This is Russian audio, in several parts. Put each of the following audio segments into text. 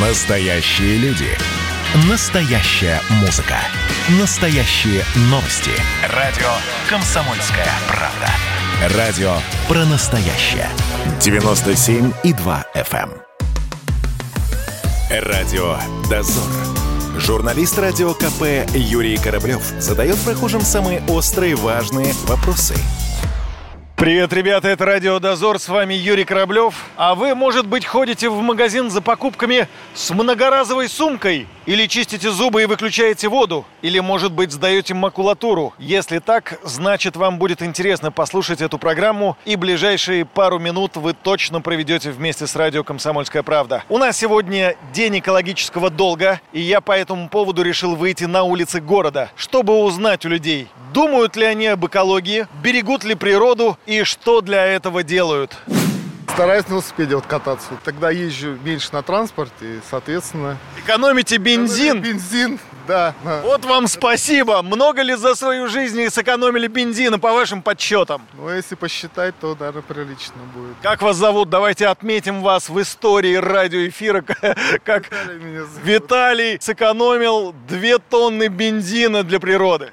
Настоящие люди. Настоящая музыка. Настоящие новости. Радио Комсомольская правда. Радио про настоящее. 97,2 FM. эм. Радио «Дозор». Журналист радио КП Юрий Кораблев задает прохожим самые острые важные вопросы. Привет, ребята, это Радио Дозор, с вами Юрий Кораблев. А вы, может быть, ходите в магазин за покупками с многоразовой сумкой? Или чистите зубы и выключаете воду? Или, может быть, сдаете макулатуру? Если так, значит, вам будет интересно послушать эту программу, и ближайшие пару минут вы точно проведете вместе с радио «Комсомольская правда». У нас сегодня день экологического долга, и я по этому поводу решил выйти на улицы города, чтобы узнать у людей, думают ли они об экологии, берегут ли природу и что для этого делают. Стараюсь на велосипеде вот кататься. Тогда езжу меньше на транспорте, и, соответственно... Экономите бензин? Бензин, да. на- Вот вам спасибо. Много ли за свою жизнь и сэкономили бензина по вашим подсчетам? Но Ну, если посчитать, то, наверное, прилично будет. Как вас зовут? Давайте отметим вас в истории радиоэфира, как Виталий меня зовут. Виталий сэкономил 2 тонны бензина для природы.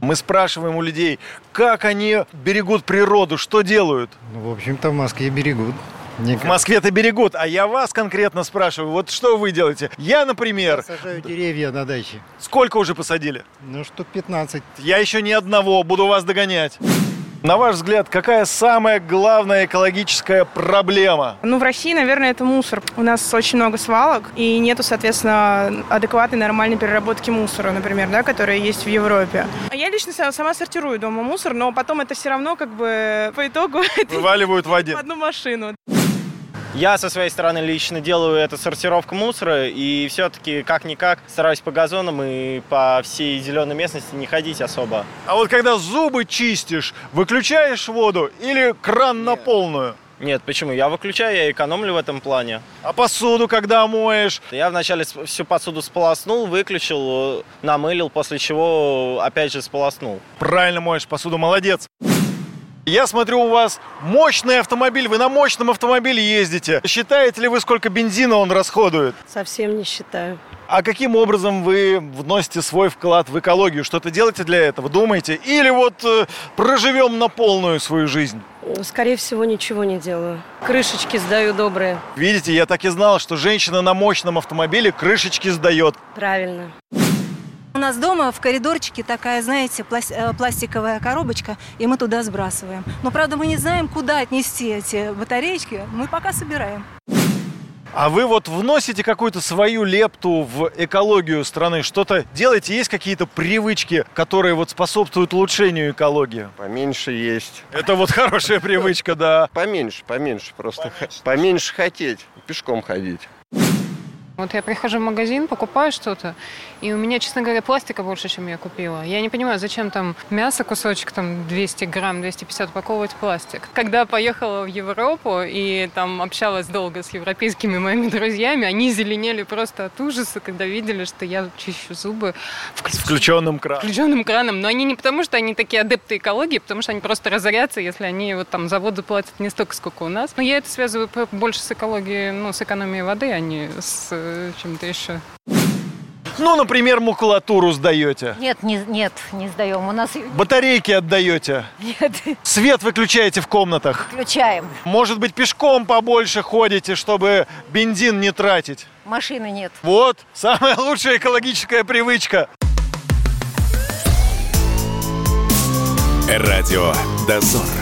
Мы спрашиваем у людей, как они берегут природу, что делают. Ну, в общем-то, в Москве берегут. Мне В Москве-то берегут, а я вас конкретно спрашиваю, вот что вы делаете? Я, например, кажется, сажают деревья на даче. сколько уже посадили? Ну, штук 15. Я еще ни одного, буду вас догонять. На ваш взгляд, какая самая главная экологическая проблема? Ну, в России, наверное, это мусор. У нас очень много свалок, и нету, соответственно, адекватной нормальной переработки мусора, например, да, которая есть в Европе. А Я лично са- сама сортирую дома мусор, но потом это все равно как бы по итогу это Вываливают в в один. одну машину. Я со своей стороны лично делаю эту сортировку мусора и все-таки как-никак стараюсь по газонам и по всей зеленой местности не ходить особо. А вот когда зубы чистишь, выключаешь воду или кран на полную? Нет, почему? Я выключаю, я экономлю в этом плане. А посуду, когда моешь? Я вначале с- всю посуду сполоснул, выключил, э, намылил, после чего э, опять же сполоснул. Правильно моешь посуду, молодец. Я смотрю, у вас мощный автомобиль, вы на мощном автомобиле ездите. Считаете ли вы, сколько бензина он расходует? Совсем не считаю. А каким образом вы вносите свой вклад в экологию? Что-то делаете для этого? Думаете? Или вот э, проживем на полную свою жизнь? Скорее всего, ничего не делаю. Крышечки сдаю добрые. Видите, я так и знал, что женщина на мощном автомобиле крышечки сдает. Правильно. У нас дома в коридорчике такая, знаете, плас- э, пластиковая коробочка, и мы туда сбрасываем. Но, правда, мы не знаем, куда отнести эти батареечки. Мы пока собираем. А вы вот вносите какую-то свою лепту в экологию страны? Что-то делаете? Есть какие-то привычки, которые вот способствуют улучшению экологии? Поменьше есть. Это вот хорошая привычка, да. Поменьше, поменьше просто. Х- Поменьше, хотеть. Пешком ходить. Вот я прихожу в магазин, покупаю что-то, и у меня, честно говоря, пластика больше, чем я купила. Я не понимаю, зачем там мясо кусочек, там 200 грамм, 250 упаковывать в пластик. Когда поехала в Европу и там общалась долго с европейскими моими друзьями, они зеленели просто от ужаса, когда видели, что я чищу зубы С включенным краном. включенным краном. Но они не потому, что они такие адепты экологии, а потому что они просто разорятся, если они вот там завод заплатят не столько, сколько у нас. Но я это связываю п- больше с экологией, ну, с экономией воды, а не с э, чем-то еще. Ну, например, макулатуру сдаете. Нет, не, нет, не сдаем. У нас Батарейки отдаете. нет, Свет выключаете в комнатах. включаем. Может быть, пешком побольше ходите, чтобы бензин не тратить. Машины нет. Вот самая лучшая экологическая привычка. Радио «Дозор».